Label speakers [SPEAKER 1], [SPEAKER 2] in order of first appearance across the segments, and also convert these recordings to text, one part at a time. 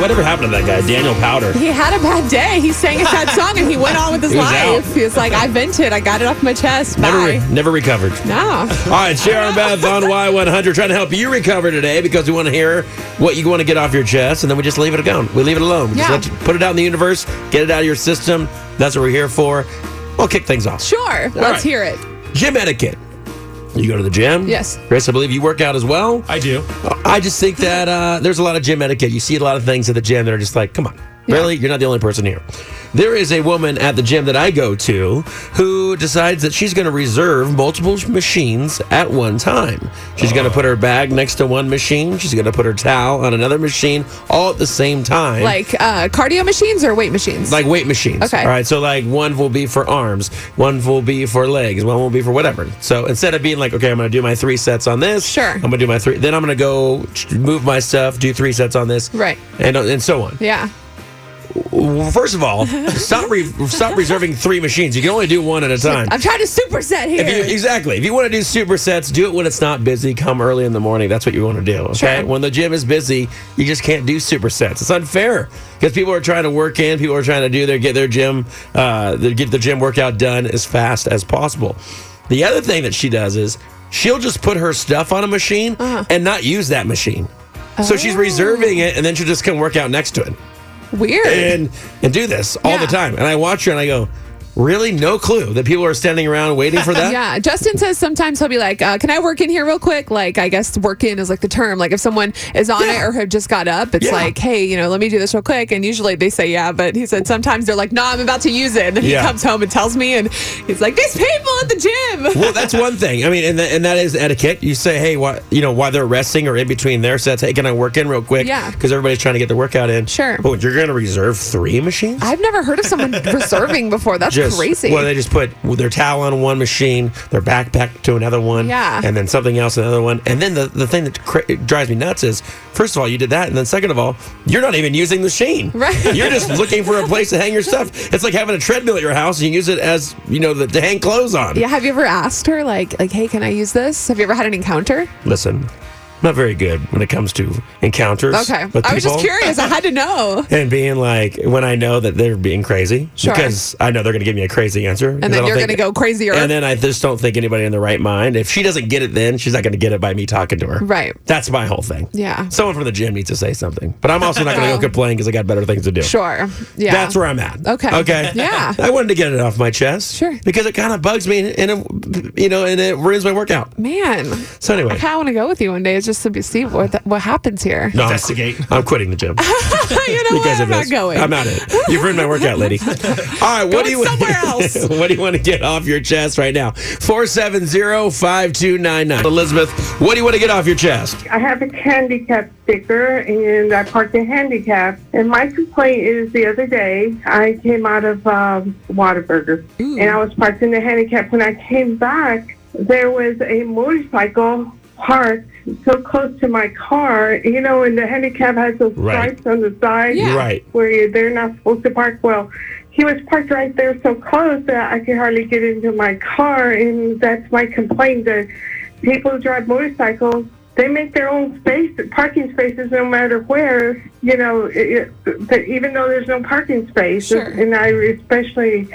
[SPEAKER 1] Whatever happened to that guy, Daniel Powder?
[SPEAKER 2] He had a bad day. He sang a sad song and he went on with his
[SPEAKER 1] He was
[SPEAKER 2] life.
[SPEAKER 1] out.
[SPEAKER 2] He was like, I vented. I got it off my chest.
[SPEAKER 1] Never,
[SPEAKER 2] Bye.
[SPEAKER 1] re- never recovered.
[SPEAKER 2] No.
[SPEAKER 1] All right, Sharon Beth on Y100 trying to help you recover today because we want to hear what you want to get off your chest, and then we just leave it alone. We leave it alone. We
[SPEAKER 2] Yeah.
[SPEAKER 1] Just let you put it out in the universe, get it out of your system. That's what we're here for. We'll kick things off.
[SPEAKER 2] Sure. Let's
[SPEAKER 1] right.
[SPEAKER 2] hear it.
[SPEAKER 1] Gym etiquette. You go to the gym?
[SPEAKER 2] Yes.
[SPEAKER 1] Chris, I believe you work out as well.
[SPEAKER 3] I do.
[SPEAKER 1] I just think that uh, there's a lot of gym etiquette. You see a lot of things at the gym that are just like, come on, really? You're not the only person here. There is a woman at the gym that I go to who decides that she's going to reserve multiple machines at one time. She's
[SPEAKER 3] Oh.
[SPEAKER 1] going to put her bag next to one machine. She's going to put her towel on another machine all at the same time
[SPEAKER 2] Like uh, cardio machines or weight machines?
[SPEAKER 1] like weight machines.
[SPEAKER 2] Okay.
[SPEAKER 1] All right. So like one will be for arms, one will be for legs, one will be for whatever. So instead of being like, okay, I'm gonna do my three sets on this.
[SPEAKER 2] Sure.
[SPEAKER 1] I'm gonna do my three. Then I'm gonna go ch- move my stuff, do three sets on this.
[SPEAKER 2] Right.
[SPEAKER 1] And uh, and so on.
[SPEAKER 2] yeah.
[SPEAKER 1] Well, first of all, stop re- stop reserving three machines. You can only do one at a time.
[SPEAKER 2] I'm trying to superset here.
[SPEAKER 1] If you, exactly. If you want to do supersets, do it when it's not busy. Come early in the morning. That's what you want to do. Okay.
[SPEAKER 2] Sure.
[SPEAKER 1] When the gym is busy, you just can't do supersets. It's unfair because people are trying to work in. People are trying to do their get their gym, uh, their, get their gym workout done as fast as possible. The other thing that she does is she'll just put her stuff on a machine
[SPEAKER 2] Uh-huh.
[SPEAKER 1] and not use that machine. So she's
[SPEAKER 2] Oh.
[SPEAKER 1] reserving it, and then she'll just come work out next to it
[SPEAKER 2] Weird.
[SPEAKER 1] and and do this all
[SPEAKER 2] Yeah.
[SPEAKER 1] the time. And I watch her and I go, really, no clue that people are standing around waiting for that.
[SPEAKER 2] Yeah, Justin says sometimes he'll be like, uh, "Can I work in here real quick?" Like, I guess work in is like the term. Like, if someone is on
[SPEAKER 1] Yeah.
[SPEAKER 2] it or have just got up, it's
[SPEAKER 1] Yeah.
[SPEAKER 2] like, "Hey, you know, let me do this real quick." And usually they say, "Yeah," but he said sometimes they're like, "No, I'm about to use it." And then
[SPEAKER 1] Yeah.
[SPEAKER 2] he comes home and tells me, and he's like, "These people at the gym."
[SPEAKER 1] Well, that's one thing. I mean, and, th- and that is etiquette. You say, hey, why, you know, while they're resting or in between their sets, hey, can I work in real quick?
[SPEAKER 2] Yeah.
[SPEAKER 1] Because everybody's trying to get their workout in.
[SPEAKER 2] Sure.
[SPEAKER 1] But you're going to reserve three machines?
[SPEAKER 2] I've never heard of someone reserving before. That's
[SPEAKER 1] just,
[SPEAKER 2] crazy.
[SPEAKER 1] Well, they just put their towel on one machine, their backpack to another one,
[SPEAKER 2] Yeah.
[SPEAKER 1] and then something else, another one. And then the, the thing that cra- drives me nuts is, first of all, you did that, and then second of all, you're not even using the machine.
[SPEAKER 2] Right.
[SPEAKER 1] You're just looking for a place to hang your stuff. It's like having a treadmill at your house and you use it as, you know, the, to hang clothes on.
[SPEAKER 2] yeah, have you ever asked her like, like, "Hey, can I use this?" Have you ever had an encounter?
[SPEAKER 1] Listen, I'm not very good when it comes to encounters.
[SPEAKER 2] Okay,
[SPEAKER 1] with
[SPEAKER 2] I was just
[SPEAKER 1] people.
[SPEAKER 2] curious. I had to know.
[SPEAKER 1] And being like, when I know that they're being crazy,
[SPEAKER 2] Sure.
[SPEAKER 1] because I know they're going to give me a crazy answer.
[SPEAKER 2] And then you're going to go crazier.
[SPEAKER 1] And then I just don't think anybody in the right mind. If she doesn't get it, then she's not going to get it by me talking to her.
[SPEAKER 2] Right.
[SPEAKER 1] That's my whole thing.
[SPEAKER 2] Yeah.
[SPEAKER 1] Someone from the gym needs to say something, but I'm also not going to
[SPEAKER 2] Oh.
[SPEAKER 1] go complain because I got better things to do.
[SPEAKER 2] sure. Yeah.
[SPEAKER 1] That's where I'm at.
[SPEAKER 2] Okay.
[SPEAKER 1] Okay.
[SPEAKER 2] Yeah.
[SPEAKER 1] I wanted to get it off my chest.
[SPEAKER 2] Sure.
[SPEAKER 1] Because it kind of bugs me, and it, you know, and it ruins my workout.
[SPEAKER 2] Man,
[SPEAKER 1] So anyway,
[SPEAKER 2] I kind of want to go with you one day. It's just to be, see what th- what happens here.
[SPEAKER 1] No, I'm-
[SPEAKER 3] Investigate.
[SPEAKER 1] I'm, quitting the gym.
[SPEAKER 2] you know
[SPEAKER 1] because
[SPEAKER 2] what? I'm
[SPEAKER 1] of
[SPEAKER 2] not
[SPEAKER 1] this.
[SPEAKER 2] going.
[SPEAKER 1] I'm out of it. You've ruined my workout, lady. All right, what do
[SPEAKER 2] Going
[SPEAKER 1] you
[SPEAKER 2] somewhere else.
[SPEAKER 1] what do you want to get off your chest right now? 470-5299. Elizabeth, what do you want to get off your chest?
[SPEAKER 4] I have a handicap sticker and I parked in handicap. And my complaint is the other day I came out of um, Whataburger and I was parked in the handicap. When I came back, there was a motorcycle parked so close to my car. You know, and the handicap has those
[SPEAKER 1] Right.
[SPEAKER 4] stripes on the side
[SPEAKER 2] Yeah.
[SPEAKER 1] Right.
[SPEAKER 4] where you- they're not supposed to park. Well, he was parked right there so close that I could hardly get into my car, and that's my complaint that people who drive motorcycles. They make their own space, parking spaces, no matter where. You know, it, it, but even though there's no parking space,
[SPEAKER 2] Sure.
[SPEAKER 4] and I especially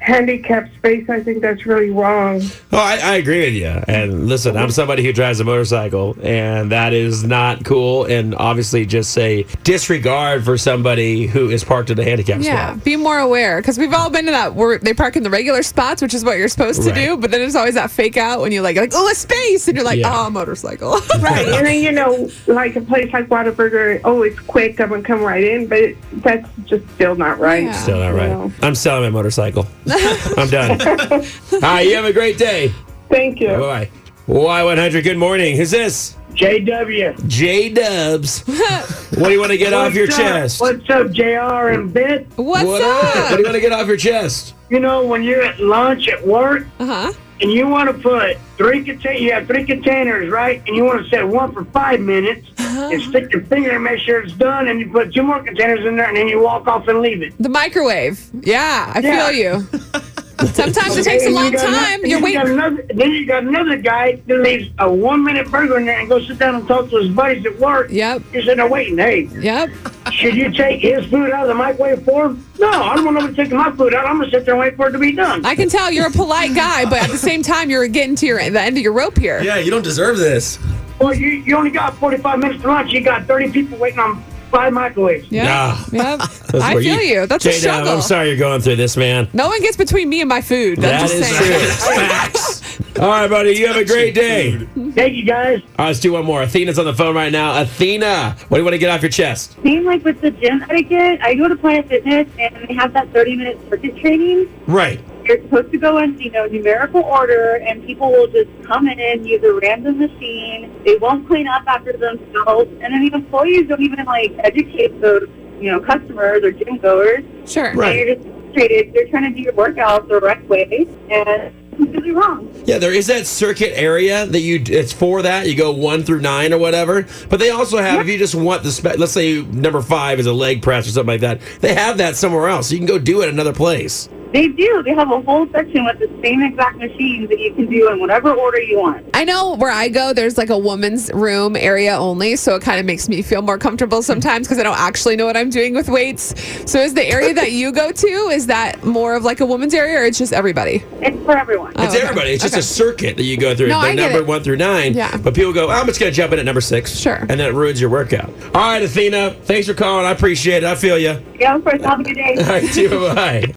[SPEAKER 4] handicapped space, I think that's really wrong.
[SPEAKER 1] Oh, I, I agree with you. And listen, I'm somebody who drives a motorcycle, and that is not cool. And obviously, just a disregard for somebody who is parked in a handicap
[SPEAKER 2] Yeah,
[SPEAKER 1] spot.
[SPEAKER 2] be more aware because we've all been to that where they park in the regular spots, which is what you're supposed to
[SPEAKER 1] Right.
[SPEAKER 2] do. But then there's always that fake out when you like, like oh, a space, and you're like,
[SPEAKER 1] Yeah.
[SPEAKER 2] oh, a motorcycle.
[SPEAKER 4] Right, and then you know, like a place like Whataburger, oh, it's quick, I'm gonna come right in, but that's just still not right.
[SPEAKER 2] Yeah.
[SPEAKER 1] Still not
[SPEAKER 4] You know.
[SPEAKER 1] right. I'm selling my motorcycle. I'm done. All right, you have a great day.
[SPEAKER 4] Thank you.
[SPEAKER 1] Bye bye. Y100, good morning. Who's this?
[SPEAKER 5] JW.
[SPEAKER 1] J Dubs. what do you want to get off your
[SPEAKER 5] What's up?
[SPEAKER 1] chest?
[SPEAKER 5] What's up, JR and Bit?
[SPEAKER 2] What's
[SPEAKER 1] What What do
[SPEAKER 2] up?
[SPEAKER 1] you want to get off your chest?
[SPEAKER 5] You know, when you're at lunch at work
[SPEAKER 2] Uh huh.
[SPEAKER 5] and you want to put three contain you have three containers, right? And you want to set one for five minutes
[SPEAKER 2] Uh-huh.
[SPEAKER 5] and stick your finger and make sure it's done and you put two more containers in there and then you walk off and leave it.
[SPEAKER 2] The microwave. Yeah, I
[SPEAKER 5] Yeah.
[SPEAKER 2] feel you. Sometimes it
[SPEAKER 5] Okay,
[SPEAKER 2] takes a
[SPEAKER 5] and you
[SPEAKER 2] long
[SPEAKER 5] got ano-
[SPEAKER 2] time.
[SPEAKER 5] and
[SPEAKER 2] You're
[SPEAKER 5] you got
[SPEAKER 2] waiting.
[SPEAKER 5] another- then you got another guy that leaves a one minute burger in there and goes sit down and talk to his buddies at work.
[SPEAKER 2] Yep.
[SPEAKER 5] You're sitting there waiting. Hey,
[SPEAKER 2] Yep.
[SPEAKER 5] Should you take his food out of the microwave for him? No, I don't want nobody taking my food out. I'm gonna sit there and wait for it to be done.
[SPEAKER 2] I can tell you're a polite guy, but at the same time, you're getting to your the end of your rope here.
[SPEAKER 1] Yeah, you don't deserve this.
[SPEAKER 5] Well, you, you only got 45 minutes to lunch. You got 30 people waiting on five microwaves.
[SPEAKER 1] Nah.
[SPEAKER 2] Yeah. yeah.
[SPEAKER 1] That's
[SPEAKER 2] I
[SPEAKER 1] where
[SPEAKER 2] feel you. That's a
[SPEAKER 1] J-Dub,
[SPEAKER 2] struggle.
[SPEAKER 1] I'm sorry you're going through this, man.
[SPEAKER 2] No one gets between me and my food.
[SPEAKER 1] That
[SPEAKER 2] That's
[SPEAKER 1] is
[SPEAKER 2] just
[SPEAKER 1] true.
[SPEAKER 2] saying.
[SPEAKER 1] It's Facts. All right, buddy. You have a great day. All
[SPEAKER 5] Thank you, guys.
[SPEAKER 1] right, let's do one more. Athena's on the phone right now. Athena, what do you want to get off your chest?
[SPEAKER 4] Same like with the gym etiquette. I go to Planet Fitness and they have that 30 minute circuit training.
[SPEAKER 1] Right.
[SPEAKER 4] You're supposed to go in, you know, numerical order, and people will just come in, use a random machine. They won't clean up after themselves, and then the employees don't even like educate those, you know, customers or gym goers.
[SPEAKER 2] Sure.
[SPEAKER 1] Right.
[SPEAKER 4] And you're just treated. You're trying to do your workouts the right way, and it's completely wrong.
[SPEAKER 1] Yeah, there is that circuit area that you it's for that. You go 1 through 9 or whatever. But they also have if you just want the spe- let's say number 5 is a leg press or something like that. They have that somewhere else. You can go do it another place.
[SPEAKER 2] Oh,
[SPEAKER 4] They do. They have a whole section with the same exact machines that you can do in whatever order you want.
[SPEAKER 2] I know where I go, there's like a woman's room area only, so it kind of makes me feel more comfortable sometimes because I don't actually know what I'm doing with weights. So, is the area that you go to is that more of like a woman's area, or it's just everybody?
[SPEAKER 4] It's for everyone.
[SPEAKER 1] It's
[SPEAKER 2] okay.
[SPEAKER 1] everybody. It's just
[SPEAKER 2] Okay.
[SPEAKER 1] a circuit that you go through.
[SPEAKER 2] No,
[SPEAKER 1] the
[SPEAKER 2] I get
[SPEAKER 1] number
[SPEAKER 2] it.
[SPEAKER 1] one through nine.
[SPEAKER 2] Yeah.
[SPEAKER 1] But people go, I'm just going to jump in at number six.
[SPEAKER 2] Sure.
[SPEAKER 1] And then it ruins your workout. All right, Athena. Thanks for calling. I appreciate it. I feel you.
[SPEAKER 4] Yeah, of course. Have a good day.
[SPEAKER 1] All right, too. Bye.